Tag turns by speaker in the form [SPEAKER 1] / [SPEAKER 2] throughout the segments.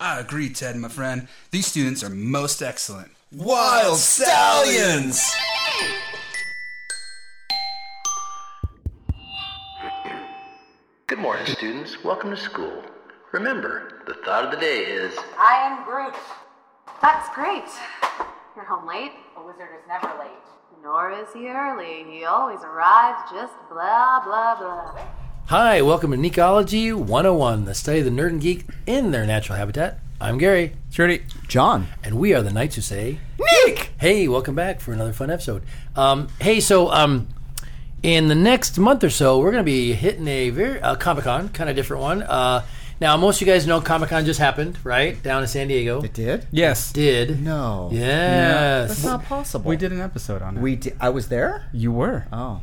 [SPEAKER 1] agree, Ted, my friend. These students are most excellent.
[SPEAKER 2] Wild Stallions!
[SPEAKER 3] Good morning, students. Welcome to school. Remember, the thought of the day is
[SPEAKER 4] I am Groot.
[SPEAKER 5] That's great. You're home late,
[SPEAKER 4] A wizard is never late.
[SPEAKER 5] nor is he early. He always arrives just blah, blah, blah.
[SPEAKER 6] Hi, welcome to Necology 101, the study of the nerd and geek in their natural habitat. I'm Gary,
[SPEAKER 7] Surely. John.
[SPEAKER 6] and we are the Knights Who Say Nick! Hey, welcome back for another fun episode. Um, hey, so um, in the next month or so, we're going to be hitting a very uh, Comic Con, kind of different one. Uh, now, most of you guys know Comic Con just happened, right? Down in San Diego.
[SPEAKER 7] It did?
[SPEAKER 1] Yes.
[SPEAKER 6] did.
[SPEAKER 7] No.
[SPEAKER 6] Yes.
[SPEAKER 7] That's not possible.
[SPEAKER 1] We did an episode on it.
[SPEAKER 7] We di- I was there?
[SPEAKER 1] you were.
[SPEAKER 7] Oh.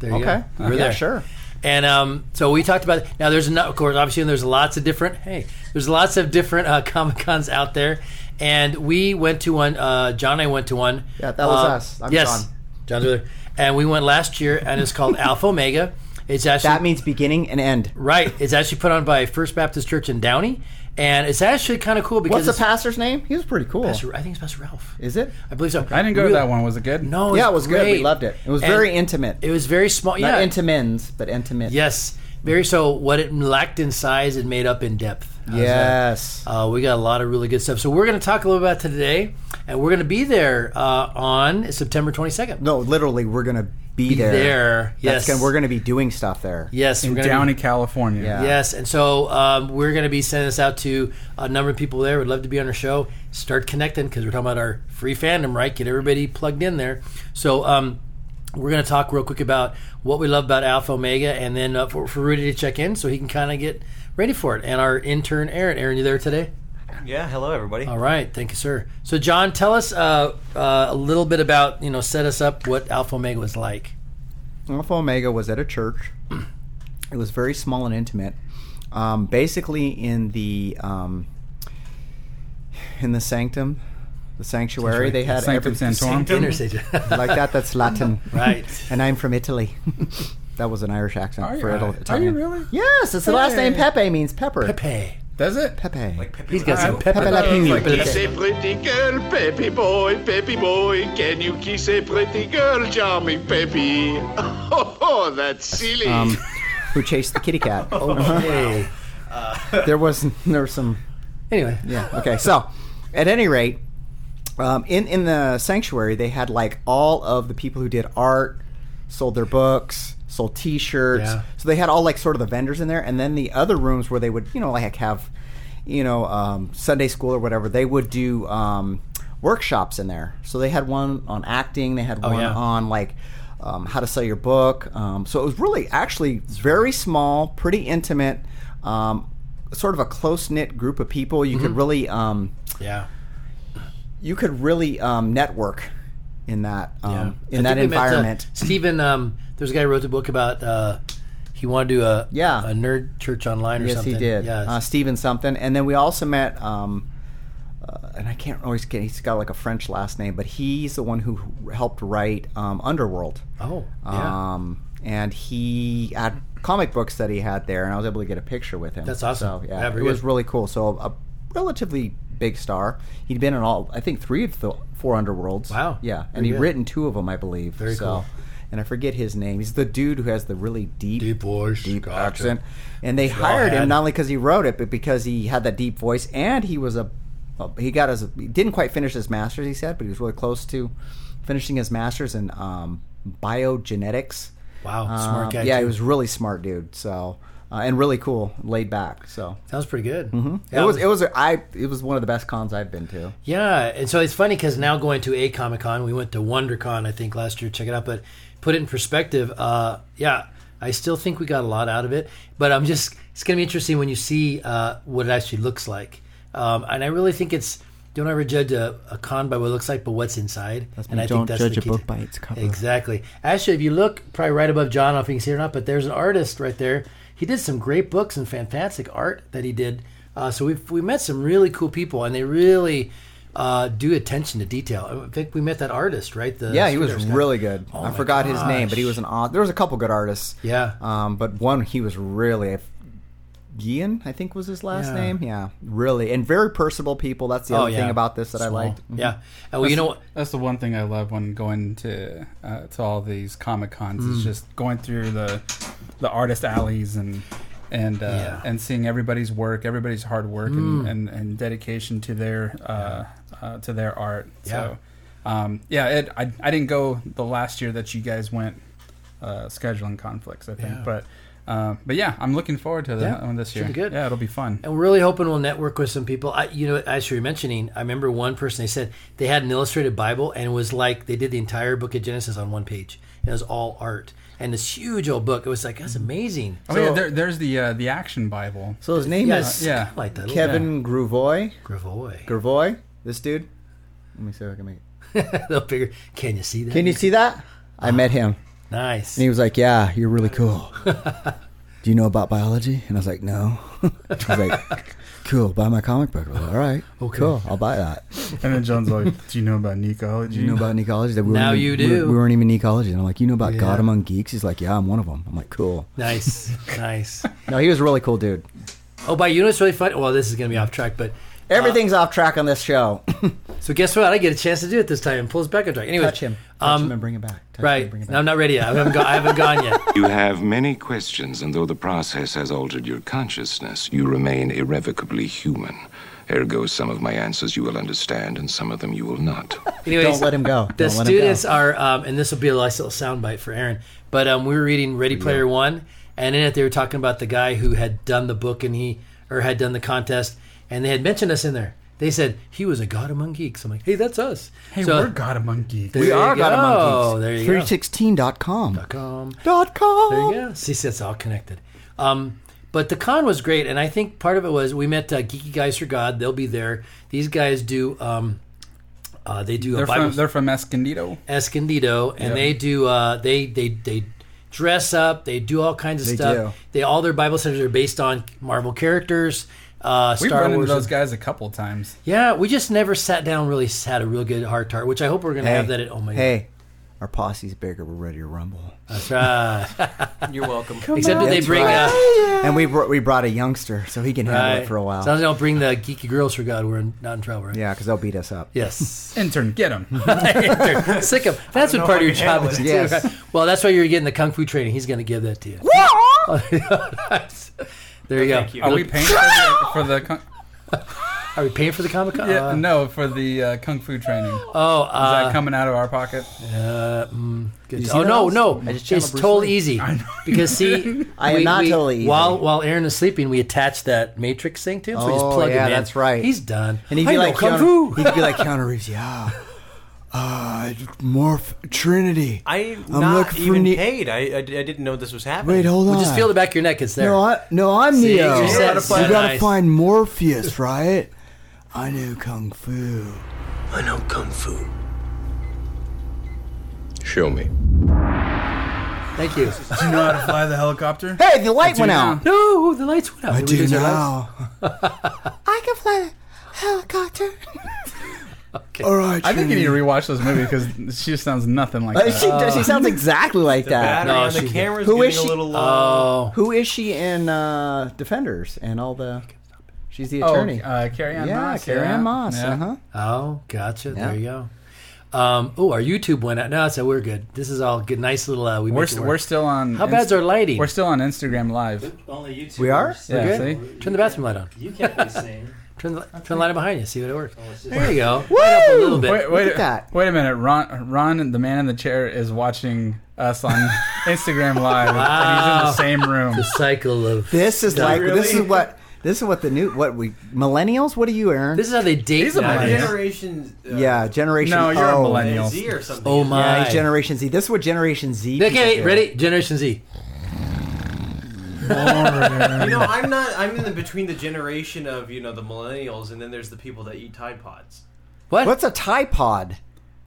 [SPEAKER 6] There you
[SPEAKER 7] Okay.
[SPEAKER 6] go. We were
[SPEAKER 7] yeah,
[SPEAKER 6] there.
[SPEAKER 7] sure.
[SPEAKER 6] And um, so we talked about now. There's no, of course, obviously, there's lots of different. Hey, there's lots of different uh, comic cons out there, and we went to one. Uh, John and I went to one.
[SPEAKER 7] Yeah, that was
[SPEAKER 6] Uh,
[SPEAKER 7] us. I'm
[SPEAKER 6] yes,
[SPEAKER 7] John.
[SPEAKER 6] John's with her. And we went last year, and it's called Alpha Omega. It's actually
[SPEAKER 7] That means beginning and end.
[SPEAKER 6] right. It's actually put on by First Baptist Church in Downey, and it's actually kind of cool because
[SPEAKER 7] What's the
[SPEAKER 6] it's-
[SPEAKER 7] pastor's name? He was pretty cool.
[SPEAKER 6] Pastor- I think it's Pastor Ralph.
[SPEAKER 7] Is it?
[SPEAKER 6] I believe so.
[SPEAKER 1] I didn't go to that one. Was it good?
[SPEAKER 6] No,
[SPEAKER 7] yeah, it was good. We
[SPEAKER 6] great.
[SPEAKER 7] loved it. It was
[SPEAKER 6] And
[SPEAKER 7] very intimate.
[SPEAKER 6] It was very small.
[SPEAKER 7] Not
[SPEAKER 6] yeah,
[SPEAKER 7] intimens, but intimate.
[SPEAKER 6] Yes, very. So what it lacked in size, it made up in depth. How's that?
[SPEAKER 7] Yes.
[SPEAKER 6] Uh, we got a lot of really good stuff. So we're going to talk a little about today, and we're going to be there uh, on September 22nd.
[SPEAKER 7] No, literally, we're going to be, there.
[SPEAKER 6] there.
[SPEAKER 7] That's
[SPEAKER 6] Yes,
[SPEAKER 7] gonna, we're going to be doing stuff there.
[SPEAKER 6] Yes,
[SPEAKER 1] In
[SPEAKER 6] we're gonna
[SPEAKER 1] Downey,
[SPEAKER 6] Be,
[SPEAKER 1] California.
[SPEAKER 7] Yeah.
[SPEAKER 6] yes, and so um, we're going to be sending this out to a number of people there. Would love to be on our show. Start connecting because we're talking about our free fandom, right? Get everybody plugged in there. So. Um, we're going to talk real quick about what we love about Alpha Omega, and then uh, for, for Rudy to check in so he can kind of get ready for it. And our intern Aaron, Aaron, you there today?
[SPEAKER 2] Yeah, hello, everybody.
[SPEAKER 6] All right, thank you, sir. So, John, tell us uh, uh, a little bit about you know set us up what Alpha Omega was like.
[SPEAKER 7] Alpha Omega was at a church. It was very small and intimate. Um, basically, in the um, in the sanctum, the sanctuary, they had
[SPEAKER 1] Sanctum
[SPEAKER 7] everything
[SPEAKER 1] Sanctorum.
[SPEAKER 6] Dinner station.
[SPEAKER 7] like that. That's Latin,
[SPEAKER 6] Right.
[SPEAKER 7] And I'm from Italy. that was an Irish accent
[SPEAKER 1] Are you,
[SPEAKER 7] for Ital-
[SPEAKER 1] are
[SPEAKER 7] Italian.
[SPEAKER 1] you really?
[SPEAKER 7] Yes, it's the last name. Pepe means pepper.
[SPEAKER 6] Pepe.
[SPEAKER 1] Does it?
[SPEAKER 7] Pepe.
[SPEAKER 6] He's got some
[SPEAKER 1] Alright,
[SPEAKER 6] pepper.
[SPEAKER 7] Pepe Le Pew.
[SPEAKER 6] Pepe Le
[SPEAKER 8] Kiss
[SPEAKER 6] Pew.
[SPEAKER 8] a pretty girl, Peppy boy, Peppy boy. Can you kiss a pretty girl, charming Peppy? Oh, that's silly.
[SPEAKER 7] Who chased the kitty cat?
[SPEAKER 1] Oh,
[SPEAKER 6] Hey.
[SPEAKER 7] There was there was some
[SPEAKER 6] Anyway,
[SPEAKER 7] Yeah. Okay. So, at any rate, um, in in the sanctuary, they had like all of the people who did art, sold their books, sold T-shirts.
[SPEAKER 6] Yeah.
[SPEAKER 7] So they had all like sort of the vendors in there, and then the other rooms where they would you know like have, you know, um, Sunday school or whatever. They would do um, workshops in there. So they had one on acting. They had one
[SPEAKER 6] Oh, yeah.
[SPEAKER 7] on like. Um, how to sell your book. Um, so it was really actually very small, pretty intimate, um, sort of a close knit group of people. You
[SPEAKER 6] Mm-hmm.
[SPEAKER 7] could really um,
[SPEAKER 6] yeah.
[SPEAKER 7] you could really um, network in that um,
[SPEAKER 6] Yeah.
[SPEAKER 7] in
[SPEAKER 6] I
[SPEAKER 7] that
[SPEAKER 6] think we met, uh,
[SPEAKER 7] environment.
[SPEAKER 6] Stephen, um, there's a guy who wrote a book about uh, he wanted to do a
[SPEAKER 7] Yeah.
[SPEAKER 6] a nerd church online or
[SPEAKER 7] yes,
[SPEAKER 6] something.
[SPEAKER 7] he did.
[SPEAKER 6] Yes.
[SPEAKER 7] Uh, Stephen something, and then we also met. Um, uh, and I can't always get. He's got like a French last name, but he's the one who helped write um, Underworld.
[SPEAKER 6] oh, yeah.
[SPEAKER 7] Um, and he had comic books that he had there, and I was able to get a picture with him.
[SPEAKER 6] That's awesome.
[SPEAKER 7] So, yeah,
[SPEAKER 6] Yeah,
[SPEAKER 7] it
[SPEAKER 6] very
[SPEAKER 7] was
[SPEAKER 6] good.
[SPEAKER 7] really cool. So a relatively big star. He'd been in all, I think, three of the four underworlds.
[SPEAKER 6] Wow.
[SPEAKER 7] Yeah, and
[SPEAKER 6] Very
[SPEAKER 7] he'd
[SPEAKER 6] good.
[SPEAKER 7] written two of them, I believe.
[SPEAKER 6] Very
[SPEAKER 7] so,
[SPEAKER 6] cool.
[SPEAKER 7] And I forget his name. He's the dude who has the really deep,
[SPEAKER 6] Deep voice.
[SPEAKER 7] deep
[SPEAKER 6] Gotcha.
[SPEAKER 7] accent. And they
[SPEAKER 6] all
[SPEAKER 7] hired
[SPEAKER 6] had.
[SPEAKER 7] him not only because he wrote it, but because he had that deep voice, and he was a he got his he didn't quite finish his master's, he said, but he was really close to finishing his master's in um, biogenetics.
[SPEAKER 6] Wow, Oh, smart
[SPEAKER 7] Um,
[SPEAKER 6] guy,
[SPEAKER 7] Yeah, he
[SPEAKER 6] too.
[SPEAKER 7] was a really smart dude. So. Uh, and really cool, laid back. So
[SPEAKER 6] Sounds pretty good.
[SPEAKER 7] Mm-hmm. it was. It was. a- I. It was one of the best cons I've been to.
[SPEAKER 6] Yeah, and so it's funny because now going to a Comic Con, we went to WonderCon, I think, last year. Check it out, but put it in perspective. Uh, yeah, I still think we got a lot out of it, but I'm just it's going to be interesting when you see uh, what it actually looks like. Um, and I really think it's don't ever judge a, a con by what it looks like, but what's inside. and I
[SPEAKER 7] don't judge a
[SPEAKER 6] key
[SPEAKER 7] book
[SPEAKER 6] to-
[SPEAKER 7] by its cover.
[SPEAKER 6] Exactly. Actually, if you look probably right above John, I don't know if you can see it or not, but there's an artist right there. He did some great books and fantastic art that he did. Uh, so we've we met some really cool people, and they really uh, do attention to detail. I think we met that artist, right? The
[SPEAKER 7] Yeah, he was
[SPEAKER 6] Scooters guy.
[SPEAKER 7] really good.
[SPEAKER 6] Oh
[SPEAKER 7] I
[SPEAKER 6] my
[SPEAKER 7] forgot his name, but he
[SPEAKER 6] gosh.
[SPEAKER 7] was an. aw- There was a couple good artists.
[SPEAKER 6] Yeah.
[SPEAKER 7] Um, but one he was really Guillen, I think was his last
[SPEAKER 6] Yeah.
[SPEAKER 7] name. Yeah, really, and very personable people. That's the
[SPEAKER 6] Oh,
[SPEAKER 7] other
[SPEAKER 6] yeah.
[SPEAKER 7] thing about this that I
[SPEAKER 6] Small.
[SPEAKER 7] liked. Mhm.
[SPEAKER 6] Yeah. Uh, well, you know what?
[SPEAKER 1] That's the one thing I love when going to uh, to all these comic cons
[SPEAKER 6] Hmm.
[SPEAKER 1] is just going through the the artist alleys and and uh,
[SPEAKER 6] Yeah. Hmm.
[SPEAKER 1] and seeing everybody's work, everybody's hard work and, and, and dedication to their uh, uh, to their art. So um, yeah, it, I I didn't go the last year that you guys went uh, scheduling conflicts. I think,
[SPEAKER 6] Yeah.
[SPEAKER 1] but. Uh, but yeah, I'm looking forward to that
[SPEAKER 6] Yeah,
[SPEAKER 1] one this
[SPEAKER 6] should
[SPEAKER 1] year.
[SPEAKER 6] be good.
[SPEAKER 1] Yeah, it'll be fun.
[SPEAKER 6] And we're really hoping we'll network with some people. I, you know, as you were mentioning, I remember one person. They said they had an illustrated Bible, and it was like they did the entire Book of Genesis on one page. And it was all art, and this huge old book. It was like that's amazing.
[SPEAKER 1] Oh yeah, there, there's the uh, the action Bible.
[SPEAKER 7] So his name
[SPEAKER 6] Yes,
[SPEAKER 7] is
[SPEAKER 1] yeah.
[SPEAKER 6] I like that.
[SPEAKER 7] Kevin Gravoy.
[SPEAKER 6] Gravoy.
[SPEAKER 7] Gravoy, this dude. Let me see if I can make. It.
[SPEAKER 6] They'll figure. Can you see that?
[SPEAKER 7] Can you see that? I met him,
[SPEAKER 6] Nice.
[SPEAKER 7] and he was like, "Yeah, you're really cool." Do you know about biology? And I was like, "No." I was like, "Cool, buy my comic book." I was like, All right,
[SPEAKER 6] Okay.
[SPEAKER 7] cool, I'll buy that.
[SPEAKER 1] And then John's like, "Do you know about Nicology?
[SPEAKER 7] you know about an ecology that we weren't
[SPEAKER 6] Now
[SPEAKER 7] even-
[SPEAKER 6] you
[SPEAKER 7] we-
[SPEAKER 6] do.
[SPEAKER 7] We, weren't even ecology. And I'm like, you know about
[SPEAKER 6] Yeah.
[SPEAKER 7] God among geeks? He's like, yeah, I'm one of them. I'm like, cool.
[SPEAKER 6] Nice. nice.
[SPEAKER 7] No, he was a really cool dude.
[SPEAKER 6] Oh, by you know what's really funny? Well, this is going to be off track, but
[SPEAKER 7] Everything's off track on this show.
[SPEAKER 6] so guess what? I get a chance to do it this time and pulls back a track. Anyway,
[SPEAKER 7] Touch him. Touch
[SPEAKER 6] Um,
[SPEAKER 7] him and bring it back. Touch him
[SPEAKER 6] right.
[SPEAKER 7] and bring it
[SPEAKER 6] No, I'm
[SPEAKER 7] back.
[SPEAKER 6] not ready yet. I haven't, go- I haven't gone yet.
[SPEAKER 9] You have many questions, and though the process has altered your consciousness, you remain irrevocably human. Ergo, some of my answers you will understand, and some of them you will not.
[SPEAKER 6] Anyways,
[SPEAKER 7] Don't let him go.
[SPEAKER 6] The
[SPEAKER 7] Don't let him
[SPEAKER 6] students
[SPEAKER 7] go.
[SPEAKER 6] are, um, and this will be a nice little soundbite for Aaron. But um, we were reading Ready Player One, and in it they were talking about the guy who had done the book and he or had done the contest, and they had mentioned us in there. They said he was a god among geeks. I'm like, hey, that's us.
[SPEAKER 1] Hey,
[SPEAKER 6] So-
[SPEAKER 1] we're God among geeks.
[SPEAKER 6] There
[SPEAKER 7] We are
[SPEAKER 6] you
[SPEAKER 7] God
[SPEAKER 6] go.
[SPEAKER 7] among
[SPEAKER 6] There you
[SPEAKER 7] geeks.
[SPEAKER 6] go.
[SPEAKER 7] 316.com.
[SPEAKER 6] Com.
[SPEAKER 7] Dot com.
[SPEAKER 6] There you go. See, see, it's all connected. Um, but the con was great, and I think part of it was we met uh, Geeky Guys for God. They'll be there. These guys do. Um, uh, they do a
[SPEAKER 1] They're
[SPEAKER 6] Bible
[SPEAKER 1] from they're from Escondido.
[SPEAKER 6] Escondido, and
[SPEAKER 1] Yeah.
[SPEAKER 6] they do uh, they they they dress up. They do all kinds of
[SPEAKER 7] They
[SPEAKER 6] stuff.
[SPEAKER 7] do.
[SPEAKER 6] They all their Bible studies are based on Marvel characters. Uh,
[SPEAKER 1] We've
[SPEAKER 6] Star
[SPEAKER 1] run
[SPEAKER 6] Wars.
[SPEAKER 1] into those guys a couple times.
[SPEAKER 6] Yeah, we just never sat down. and Really had a real good heart tart, which I hope we're gonna have that at. Oh my
[SPEAKER 7] hey, our posse's bigger. We're ready to rumble.
[SPEAKER 6] gosh, uh,
[SPEAKER 2] You're welcome.
[SPEAKER 6] except that they
[SPEAKER 7] That's
[SPEAKER 6] bring
[SPEAKER 7] right.
[SPEAKER 6] uh,
[SPEAKER 7] And we brought, we brought a youngster, so he can handle
[SPEAKER 6] right.
[SPEAKER 7] it for a while.
[SPEAKER 6] As long as they don't bring the geeky girls for God, we're in, not in trouble. Right?
[SPEAKER 7] yeah, because they'll beat us up.
[SPEAKER 6] Yes.
[SPEAKER 1] Intern, get them.
[SPEAKER 6] Sick of that's what part of
[SPEAKER 2] I
[SPEAKER 6] your
[SPEAKER 2] can
[SPEAKER 6] job
[SPEAKER 2] handle
[SPEAKER 6] is.
[SPEAKER 2] it.
[SPEAKER 6] too,
[SPEAKER 7] Yes.
[SPEAKER 6] right? Well, that's why you're getting the kung fu training. He's going to give that to you. there you go.
[SPEAKER 2] Thank you.
[SPEAKER 1] Are we paying for the, for the kung,
[SPEAKER 6] Uh, Are we paying for the comic con?
[SPEAKER 1] yeah, no for the uh, kung fu training? Is
[SPEAKER 6] Oh, uh,
[SPEAKER 1] that coming out of our pocket?
[SPEAKER 6] uh, mm, good.
[SPEAKER 7] see
[SPEAKER 6] oh no,
[SPEAKER 7] those?
[SPEAKER 6] no,
[SPEAKER 7] I just channeled
[SPEAKER 6] it's
[SPEAKER 7] Bruce
[SPEAKER 6] totally
[SPEAKER 7] Lee.
[SPEAKER 6] easy because see,
[SPEAKER 7] I am not totally easy.
[SPEAKER 6] While while Aaron is sleeping, we attach that matrix thing to him, so we just
[SPEAKER 7] Oh,
[SPEAKER 6] plug him
[SPEAKER 7] yeah,
[SPEAKER 6] in.
[SPEAKER 7] that's right.
[SPEAKER 6] He's done.
[SPEAKER 7] And he'd
[SPEAKER 6] I
[SPEAKER 7] be
[SPEAKER 6] know
[SPEAKER 7] like
[SPEAKER 6] kung fu.
[SPEAKER 7] Keanu- He'd be like Keanu Reeves. Yeah. Uh, morph Trinity.
[SPEAKER 2] I'm
[SPEAKER 7] I'm
[SPEAKER 2] not
[SPEAKER 7] looking for
[SPEAKER 2] even
[SPEAKER 7] ne-
[SPEAKER 2] paid. I, I, I didn't know this was happening.
[SPEAKER 7] Wait, hold on.
[SPEAKER 6] Just feel the back of your neck; it's there.
[SPEAKER 7] No, I, no, I'm
[SPEAKER 6] See,
[SPEAKER 7] Neo.
[SPEAKER 6] you
[SPEAKER 7] You
[SPEAKER 6] said
[SPEAKER 7] gotta,
[SPEAKER 6] it.
[SPEAKER 7] find,
[SPEAKER 6] You gotta Nice. find
[SPEAKER 7] Morpheus, right? I knew kung fu.
[SPEAKER 9] I know kung fu. Show me.
[SPEAKER 6] Thank you.
[SPEAKER 1] Do you know how to fly the helicopter?
[SPEAKER 7] Hey, the light went out.
[SPEAKER 6] no, the lights went out.
[SPEAKER 7] I
[SPEAKER 6] Did we
[SPEAKER 7] do
[SPEAKER 6] lose our lights?
[SPEAKER 7] now. I can fly a helicopter. All right,
[SPEAKER 1] I think you need to
[SPEAKER 7] Trinity.
[SPEAKER 1] rewatch this movie because she just sounds nothing like
[SPEAKER 7] Uh, she,
[SPEAKER 1] that.
[SPEAKER 7] she sounds exactly like that.
[SPEAKER 2] Battery
[SPEAKER 6] No,
[SPEAKER 2] on the
[SPEAKER 6] she's-
[SPEAKER 2] camera's
[SPEAKER 7] Who
[SPEAKER 2] getting
[SPEAKER 7] is
[SPEAKER 2] a
[SPEAKER 7] she?
[SPEAKER 2] little low.
[SPEAKER 6] Oh,
[SPEAKER 7] Who is she in uh, Defenders and all the? She's the
[SPEAKER 1] Oh,
[SPEAKER 7] attorney.
[SPEAKER 1] uh, Carrie Ann
[SPEAKER 7] yeah,
[SPEAKER 1] Moss.
[SPEAKER 7] Carrie Ann Moss.
[SPEAKER 1] Yeah.
[SPEAKER 7] Uh-huh.
[SPEAKER 6] oh, gotcha.
[SPEAKER 7] Yeah.
[SPEAKER 6] There you go. Um, oh, our YouTube went out. No, so we're good. This is all good. Nice little. Uh, we
[SPEAKER 1] We're
[SPEAKER 6] make it
[SPEAKER 1] st-
[SPEAKER 6] work.
[SPEAKER 1] we're still on.
[SPEAKER 6] How bad's our lighting?
[SPEAKER 1] We're still on Instagram Live.
[SPEAKER 10] Only you two.
[SPEAKER 7] We are.
[SPEAKER 1] Yeah,
[SPEAKER 6] Good.
[SPEAKER 1] see?
[SPEAKER 6] Turn the bathroom light on.
[SPEAKER 10] You can't be sane.
[SPEAKER 6] Turn the, turn the light on behind you. See what it works. There you go.
[SPEAKER 7] Oh, Woo!
[SPEAKER 6] Light up a little bit.
[SPEAKER 1] Wait, wait,
[SPEAKER 7] at that.
[SPEAKER 1] wait a minute. Ron, Ron, the man in the chair, is watching us on Instagram Live, and he's in the same room.
[SPEAKER 6] The cycle of
[SPEAKER 7] This is like this
[SPEAKER 10] really?
[SPEAKER 7] is what this is what the new what we millennials. What are you, Aaron?
[SPEAKER 6] this is how they date.
[SPEAKER 1] He's a
[SPEAKER 10] Now,
[SPEAKER 6] nowadays.
[SPEAKER 1] millennial.
[SPEAKER 10] generation. Uh,
[SPEAKER 7] yeah, generation.
[SPEAKER 1] No, you're
[SPEAKER 7] O.
[SPEAKER 1] a millennial.
[SPEAKER 10] Z or something.
[SPEAKER 6] Oh my.
[SPEAKER 7] Yeah, he's Generation Z. This is what Generation Z.
[SPEAKER 6] okay,
[SPEAKER 7] people do.
[SPEAKER 6] ready? Generation Z.
[SPEAKER 10] You know, I'm not. I'm in the between the generation of you know the millennials, and then there's the people that eat Tide Pods.
[SPEAKER 6] What?
[SPEAKER 7] What's a tie pod?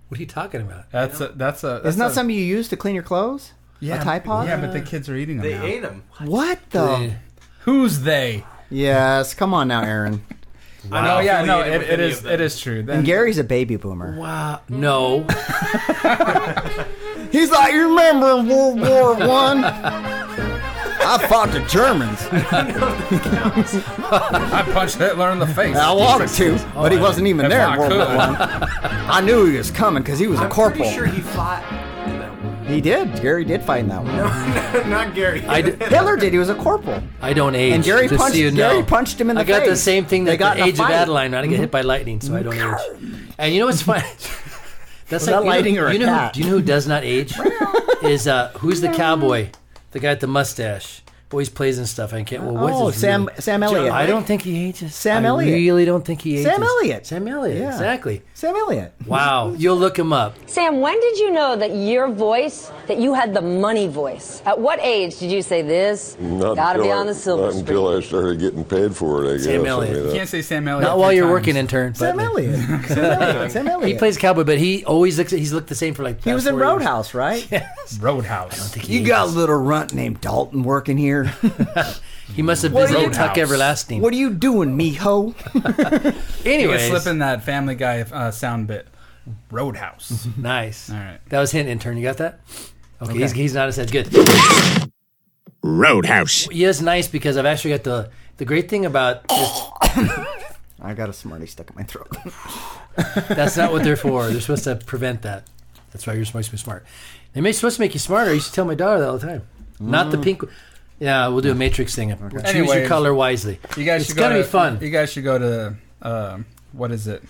[SPEAKER 6] What are you talking about?
[SPEAKER 1] That's a, that's a. That's
[SPEAKER 7] Isn't that
[SPEAKER 1] a-
[SPEAKER 7] something you use to clean your clothes? a tie pod.
[SPEAKER 1] Yeah, but the kids are eating them.
[SPEAKER 10] They
[SPEAKER 1] now.
[SPEAKER 10] ate 'em.
[SPEAKER 7] What the?
[SPEAKER 6] They-
[SPEAKER 1] Who's they?
[SPEAKER 7] Yes, come on now, Aaron.
[SPEAKER 10] I'm
[SPEAKER 1] Oh
[SPEAKER 10] not
[SPEAKER 1] yeah, no, it,
[SPEAKER 10] affiliated with
[SPEAKER 1] it
[SPEAKER 10] any
[SPEAKER 1] is
[SPEAKER 10] of
[SPEAKER 1] it
[SPEAKER 10] them.
[SPEAKER 1] is true. Then
[SPEAKER 7] And Gary's a baby boomer.
[SPEAKER 6] Wow. No.
[SPEAKER 7] He's like, you remember World War One? I fought the Germans.
[SPEAKER 1] I punched Hitler in the face.
[SPEAKER 7] I wanted to, but he wasn't even
[SPEAKER 1] That's
[SPEAKER 7] there
[SPEAKER 1] why
[SPEAKER 7] in
[SPEAKER 1] I
[SPEAKER 7] World War
[SPEAKER 1] couldn't.
[SPEAKER 7] One. I knew he was coming because he was a
[SPEAKER 10] I'm
[SPEAKER 7] corporal.
[SPEAKER 10] pretty sure he fought. in that one.
[SPEAKER 7] He did. Gary did fight in that one.
[SPEAKER 10] Not Gary.
[SPEAKER 6] I d-
[SPEAKER 7] Hitler did. He was a corporal.
[SPEAKER 6] I don't age.
[SPEAKER 7] And Gary
[SPEAKER 6] just so
[SPEAKER 7] punched-
[SPEAKER 6] you know.
[SPEAKER 7] Gary punched him in the
[SPEAKER 6] I got the
[SPEAKER 7] face.
[SPEAKER 6] same thing
[SPEAKER 7] They
[SPEAKER 6] that
[SPEAKER 7] got in
[SPEAKER 6] the
[SPEAKER 7] a
[SPEAKER 6] Age of
[SPEAKER 7] fight. Mm-hmm. Oh,
[SPEAKER 6] Adeline. I get hit by lightning, so I don't age. And you know what's funny? That's
[SPEAKER 7] Was that
[SPEAKER 6] you know-
[SPEAKER 7] lightning or a
[SPEAKER 6] you know
[SPEAKER 7] cat?
[SPEAKER 6] Who, do you know who does not age? Is uh, who's the cowboy? The guy with the mustache. Always plays and stuff. I can't. Well, what's
[SPEAKER 7] oh,
[SPEAKER 6] his
[SPEAKER 7] Sam
[SPEAKER 6] really-
[SPEAKER 7] Sam Elliott.
[SPEAKER 6] I don't think he ages.
[SPEAKER 7] Sam
[SPEAKER 6] I
[SPEAKER 7] Elliott.
[SPEAKER 6] Really don't think he ages.
[SPEAKER 7] Sam Elliott.
[SPEAKER 6] Sam Elliott.
[SPEAKER 7] Yeah.
[SPEAKER 6] Exactly.
[SPEAKER 7] Sam Elliott.
[SPEAKER 6] Wow. You'll look him up.
[SPEAKER 11] Sam, when did you know that your voice, that you had the money voice? At what age did you say this? Gotta be on the silver screen.
[SPEAKER 12] until I started getting paid for it, I guess.
[SPEAKER 6] Sam
[SPEAKER 12] I
[SPEAKER 6] Elliott.
[SPEAKER 12] mean,
[SPEAKER 1] You can't say Sam Elliott.
[SPEAKER 6] Not while
[SPEAKER 1] three
[SPEAKER 6] you're
[SPEAKER 1] times.
[SPEAKER 6] working intern. But
[SPEAKER 7] Sam Elliott. Sam Elliott. Sam Elliott.
[SPEAKER 6] He plays cowboy, but he always looks. He's looked the same for like.
[SPEAKER 7] He was in Roadhouse, right?
[SPEAKER 1] Roadhouse.
[SPEAKER 7] You got a little runt named Dalton working here.
[SPEAKER 6] He must have
[SPEAKER 7] What do you-
[SPEAKER 6] visited Tuck
[SPEAKER 1] Roadhouse.
[SPEAKER 6] Everlasting.
[SPEAKER 7] what are you doing, mijo?
[SPEAKER 1] You can
[SPEAKER 6] Anyways,
[SPEAKER 1] slip in that Family Guy uh, sound bit. Roadhouse.
[SPEAKER 6] nice. All
[SPEAKER 1] right.
[SPEAKER 6] that was hint intern. You got that? Okay, He's, he's not as sad. Good.
[SPEAKER 13] Roadhouse.
[SPEAKER 6] He is nice because I've actually got the the great thing about this,
[SPEAKER 7] I got a Smartie stuck in my throat.
[SPEAKER 6] that's not what they're for. They're supposed to prevent that. That's why you're supposed to be smart. They may supposed to make you smarter. I used to tell my daughter that all the time. Not the pink. Yeah, we'll do a matrix thing. Choose your
[SPEAKER 1] Mm. Anyways,
[SPEAKER 6] color wisely.
[SPEAKER 1] You guys
[SPEAKER 6] it's
[SPEAKER 1] should go
[SPEAKER 6] gonna
[SPEAKER 1] to,
[SPEAKER 6] be fun.
[SPEAKER 1] You guys should go to um, what is it?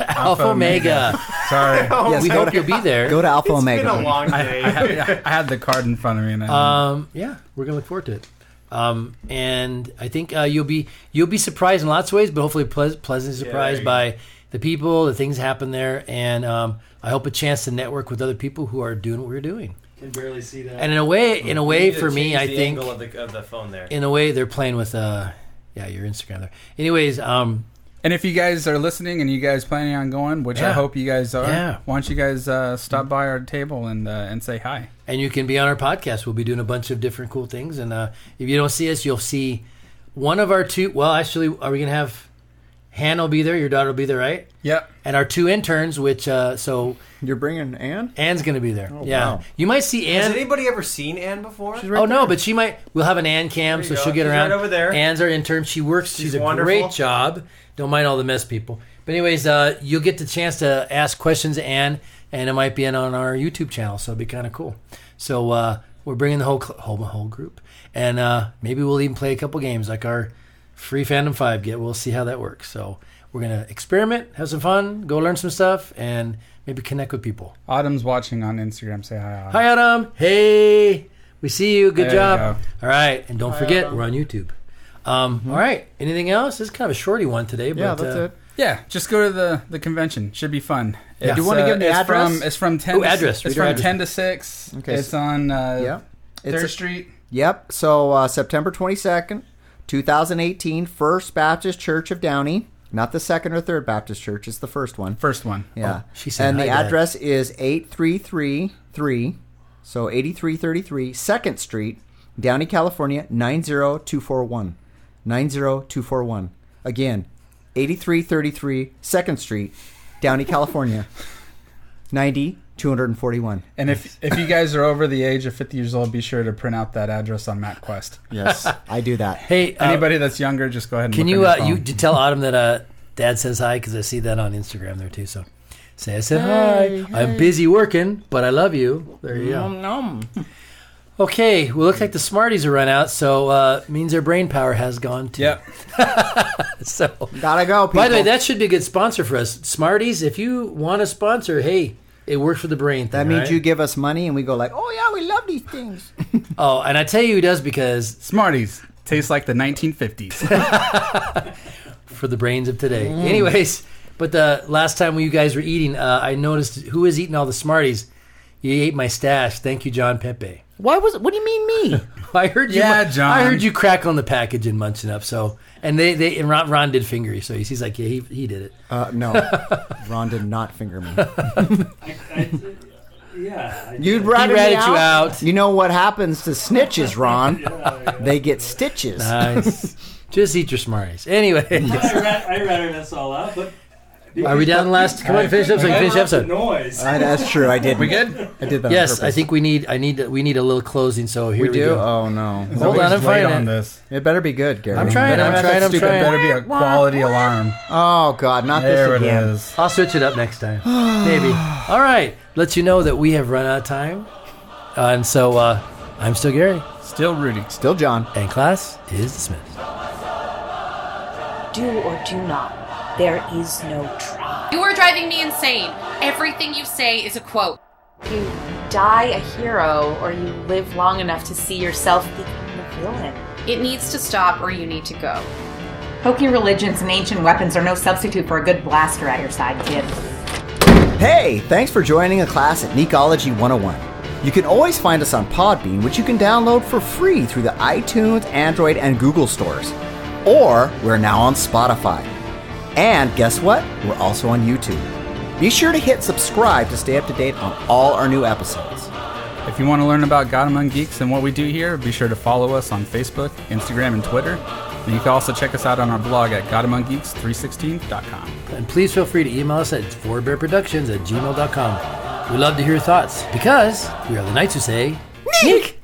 [SPEAKER 6] Alpha Omega.
[SPEAKER 1] Sorry, I,
[SPEAKER 7] Yes,
[SPEAKER 6] we
[SPEAKER 7] go
[SPEAKER 6] hope
[SPEAKER 7] to,
[SPEAKER 6] you'll be there.
[SPEAKER 7] go to Alpha
[SPEAKER 10] It's been
[SPEAKER 7] Omega.
[SPEAKER 10] a long day.
[SPEAKER 1] had, I had the card in front of me. And I,
[SPEAKER 6] Um, yeah, we're gonna look forward to it. Um, and I think uh, you'll be you'll be surprised in lots of ways, but hopefully pleas- pleasantly surprised
[SPEAKER 10] you
[SPEAKER 6] by the people, the things that happen there, and um, I hope a chance to network with other people who are doing what we're doing.
[SPEAKER 10] can barely see that.
[SPEAKER 6] And in a way, in a way
[SPEAKER 10] You need to
[SPEAKER 6] for me,
[SPEAKER 10] change
[SPEAKER 6] I
[SPEAKER 10] the
[SPEAKER 6] think
[SPEAKER 10] angle of the, of the phone there.
[SPEAKER 6] in a way they're playing with uh, yeah, your Instagram there. Anyways, um,
[SPEAKER 1] and if you guys are listening and you guys planning on going, which I
[SPEAKER 6] Yeah.
[SPEAKER 1] hope you guys are,
[SPEAKER 6] Yeah.
[SPEAKER 1] why don't you guys uh, stop by our table and uh, and say hi?
[SPEAKER 6] and you can be on our podcast. We'll be doing a bunch of different cool things, and uh, if you don't see us, you'll see one of our two. Well, actually, are we gonna have Hannah will be there? Your daughter will be there, right?
[SPEAKER 1] Yep.
[SPEAKER 6] and our two interns, which uh, so
[SPEAKER 7] You're bringing Ann?
[SPEAKER 6] Anne's going to be there. yeah,
[SPEAKER 7] wow.
[SPEAKER 6] you might see
[SPEAKER 10] Has
[SPEAKER 6] Anne.
[SPEAKER 10] anybody ever seen Anne before?
[SPEAKER 6] oh no, but she might. We'll have an Anne cam,
[SPEAKER 10] There
[SPEAKER 6] so
[SPEAKER 10] you go.
[SPEAKER 6] she'll get
[SPEAKER 10] She's
[SPEAKER 6] around.
[SPEAKER 10] right over there.
[SPEAKER 6] Anne's our intern. She works. She's,
[SPEAKER 10] She's
[SPEAKER 6] a
[SPEAKER 10] wonderful.
[SPEAKER 6] great job. Don't mind all the mess, people. But anyways, uh, you'll get the chance to ask questions, to Anne, and it might be in on our YouTube channel, so it'd be kind of cool. So uh, we're bringing the whole cl- whole whole group, and uh, maybe we'll even play a couple games like our free Fandom Five get. We'll see how that works. So we're gonna experiment, have some fun, go learn some stuff, and maybe connect with people.
[SPEAKER 1] Autumn's watching on Instagram. Say hi. Autumn.
[SPEAKER 6] Hi, Adam. Hey, we see you. Good
[SPEAKER 1] There you
[SPEAKER 6] job.
[SPEAKER 1] go. Mm-hmm.
[SPEAKER 6] all right, and don't forget we're on YouTube. Um, all right. Anything else? This is kind of a shorty one today, but
[SPEAKER 7] Yeah, that's
[SPEAKER 6] uh,
[SPEAKER 7] it.
[SPEAKER 1] Yeah, just go to the, the convention. Should be fun. It's,
[SPEAKER 7] Do you wanna give them the
[SPEAKER 1] it's
[SPEAKER 7] address?
[SPEAKER 1] From, it's from ten.
[SPEAKER 6] Ooh,
[SPEAKER 1] to-
[SPEAKER 6] address.
[SPEAKER 1] It's
[SPEAKER 6] Read
[SPEAKER 1] from
[SPEAKER 6] your address.
[SPEAKER 1] ten to six.
[SPEAKER 7] Okay,
[SPEAKER 1] It's
[SPEAKER 7] so-
[SPEAKER 1] on uh,
[SPEAKER 7] Yep. It's
[SPEAKER 1] Third
[SPEAKER 7] a-
[SPEAKER 1] Street.
[SPEAKER 7] Yep. So uh, September 22nd, 2018, First Baptist Church of Downey. Not the second or third Baptist Church. It's the first one.
[SPEAKER 1] First one.
[SPEAKER 7] Yeah.
[SPEAKER 6] Oh, she said
[SPEAKER 7] and
[SPEAKER 6] hi,
[SPEAKER 7] the
[SPEAKER 6] Dad.
[SPEAKER 7] address is 8333, so 8333 2nd Street, Downey, California, 90241. 90241. Again, 8333 2nd Street, Downey, California, 90241.
[SPEAKER 1] And if if you guys are over the age of fifty years old, be sure to print out that address on MapQuest.
[SPEAKER 7] Yes, I do that.
[SPEAKER 6] Hey, uh,
[SPEAKER 1] Anybody that's younger, just go ahead. and
[SPEAKER 6] can
[SPEAKER 1] look
[SPEAKER 6] you
[SPEAKER 1] on
[SPEAKER 6] uh,
[SPEAKER 1] your
[SPEAKER 6] you
[SPEAKER 1] phone.
[SPEAKER 6] did tell Autumn that uh, Dad says hi because I see that on Instagram there too. So say I said hi. I'm busy working, but I love you. There you go. Okay, well, looks like the Smarties are run out, so uh, means their brain power has gone too.
[SPEAKER 1] Yep.
[SPEAKER 6] So.
[SPEAKER 7] Gotta go, people.
[SPEAKER 6] By the way, that should be a good sponsor for us, Smarties. If you want to sponsor, hey, it works for the brain.
[SPEAKER 7] that
[SPEAKER 6] thing,
[SPEAKER 7] means
[SPEAKER 6] right?
[SPEAKER 7] you give us money and we go like, oh yeah, we love these things.
[SPEAKER 6] Oh, and I tell you, it does because
[SPEAKER 1] Smarties tastes like the 1950s.
[SPEAKER 6] for the brains of today.
[SPEAKER 7] Mm.
[SPEAKER 6] Anyways, but the last time when you guys were eating, uh, I noticed who was eating all the Smarties. You ate my stash. Thank you, John Pepe.
[SPEAKER 7] Why was? What do you mean me?
[SPEAKER 6] I heard you.
[SPEAKER 1] Yeah, John.
[SPEAKER 6] I heard you crack on the package and munching up. So, and they, they and Ron, Ron did fingery. So he's, he's like, yeah, he, he did it.
[SPEAKER 7] Uh, no, Ron did not finger me.
[SPEAKER 13] Yeah.
[SPEAKER 7] You
[SPEAKER 6] He
[SPEAKER 7] ratted,
[SPEAKER 6] ratted
[SPEAKER 7] me
[SPEAKER 6] you out.
[SPEAKER 7] You know what happens to snitches, Ron? They get stitches.
[SPEAKER 6] Uh-huh. Nice. Just eat your Smarties. Anyway.
[SPEAKER 13] I, rat, I ratted us all out, but
[SPEAKER 6] Are we down the last? Come on, finish up. so we can Finish episode.
[SPEAKER 7] Uh, that's true. I did.
[SPEAKER 6] We good?
[SPEAKER 7] I did that. on
[SPEAKER 6] Yes,
[SPEAKER 7] purpose.
[SPEAKER 6] I think we need. I need. We need a little closing. So here we,
[SPEAKER 7] do?
[SPEAKER 6] Go.
[SPEAKER 7] Oh no! It's
[SPEAKER 6] Hold on, I'm
[SPEAKER 7] always late
[SPEAKER 6] finding
[SPEAKER 7] on
[SPEAKER 6] it.
[SPEAKER 1] this.
[SPEAKER 7] It better be good, Gary.
[SPEAKER 6] I'm trying, I'm
[SPEAKER 7] Better-
[SPEAKER 6] trying, I'm
[SPEAKER 7] stupid.
[SPEAKER 6] trying.
[SPEAKER 7] Better be a quality alarm. Oh God, not
[SPEAKER 6] There
[SPEAKER 7] this
[SPEAKER 6] it
[SPEAKER 7] again.
[SPEAKER 1] is.
[SPEAKER 6] I'll switch it up next time, maybe. All right, let you know that we have run out of time, uh, and so uh, I'm still Gary,
[SPEAKER 1] still Rudy,
[SPEAKER 7] still John,
[SPEAKER 6] and class is dismissed.
[SPEAKER 13] Do or do not. There is no try.
[SPEAKER 14] You are driving me insane. Everything you say is a quote.
[SPEAKER 13] You die a hero, or you live long enough to see yourself become the villain.
[SPEAKER 14] It needs to stop or you need to go.
[SPEAKER 4] Hokey religions and ancient weapons are no substitute for a good blaster at your side, kid.
[SPEAKER 7] Hey, thanks for joining a class at Necology 101. You can always find us on Podbean, which you can download for free through the iTunes, Android, and Google stores. Or we're now on Spotify. And guess what? We're also on YouTube. Be sure to hit subscribe to stay up to date on all our new episodes.
[SPEAKER 1] If you want to learn about God Among Geeks and what we do here, be sure to follow us on Facebook, Instagram, and Twitter. And you can also check us out on our blog at GodAmongGeeks316.com.
[SPEAKER 6] And please feel free to email us at fourbearproductions at gmail.com. We love to hear your thoughts because we are the Knights who say, Nick!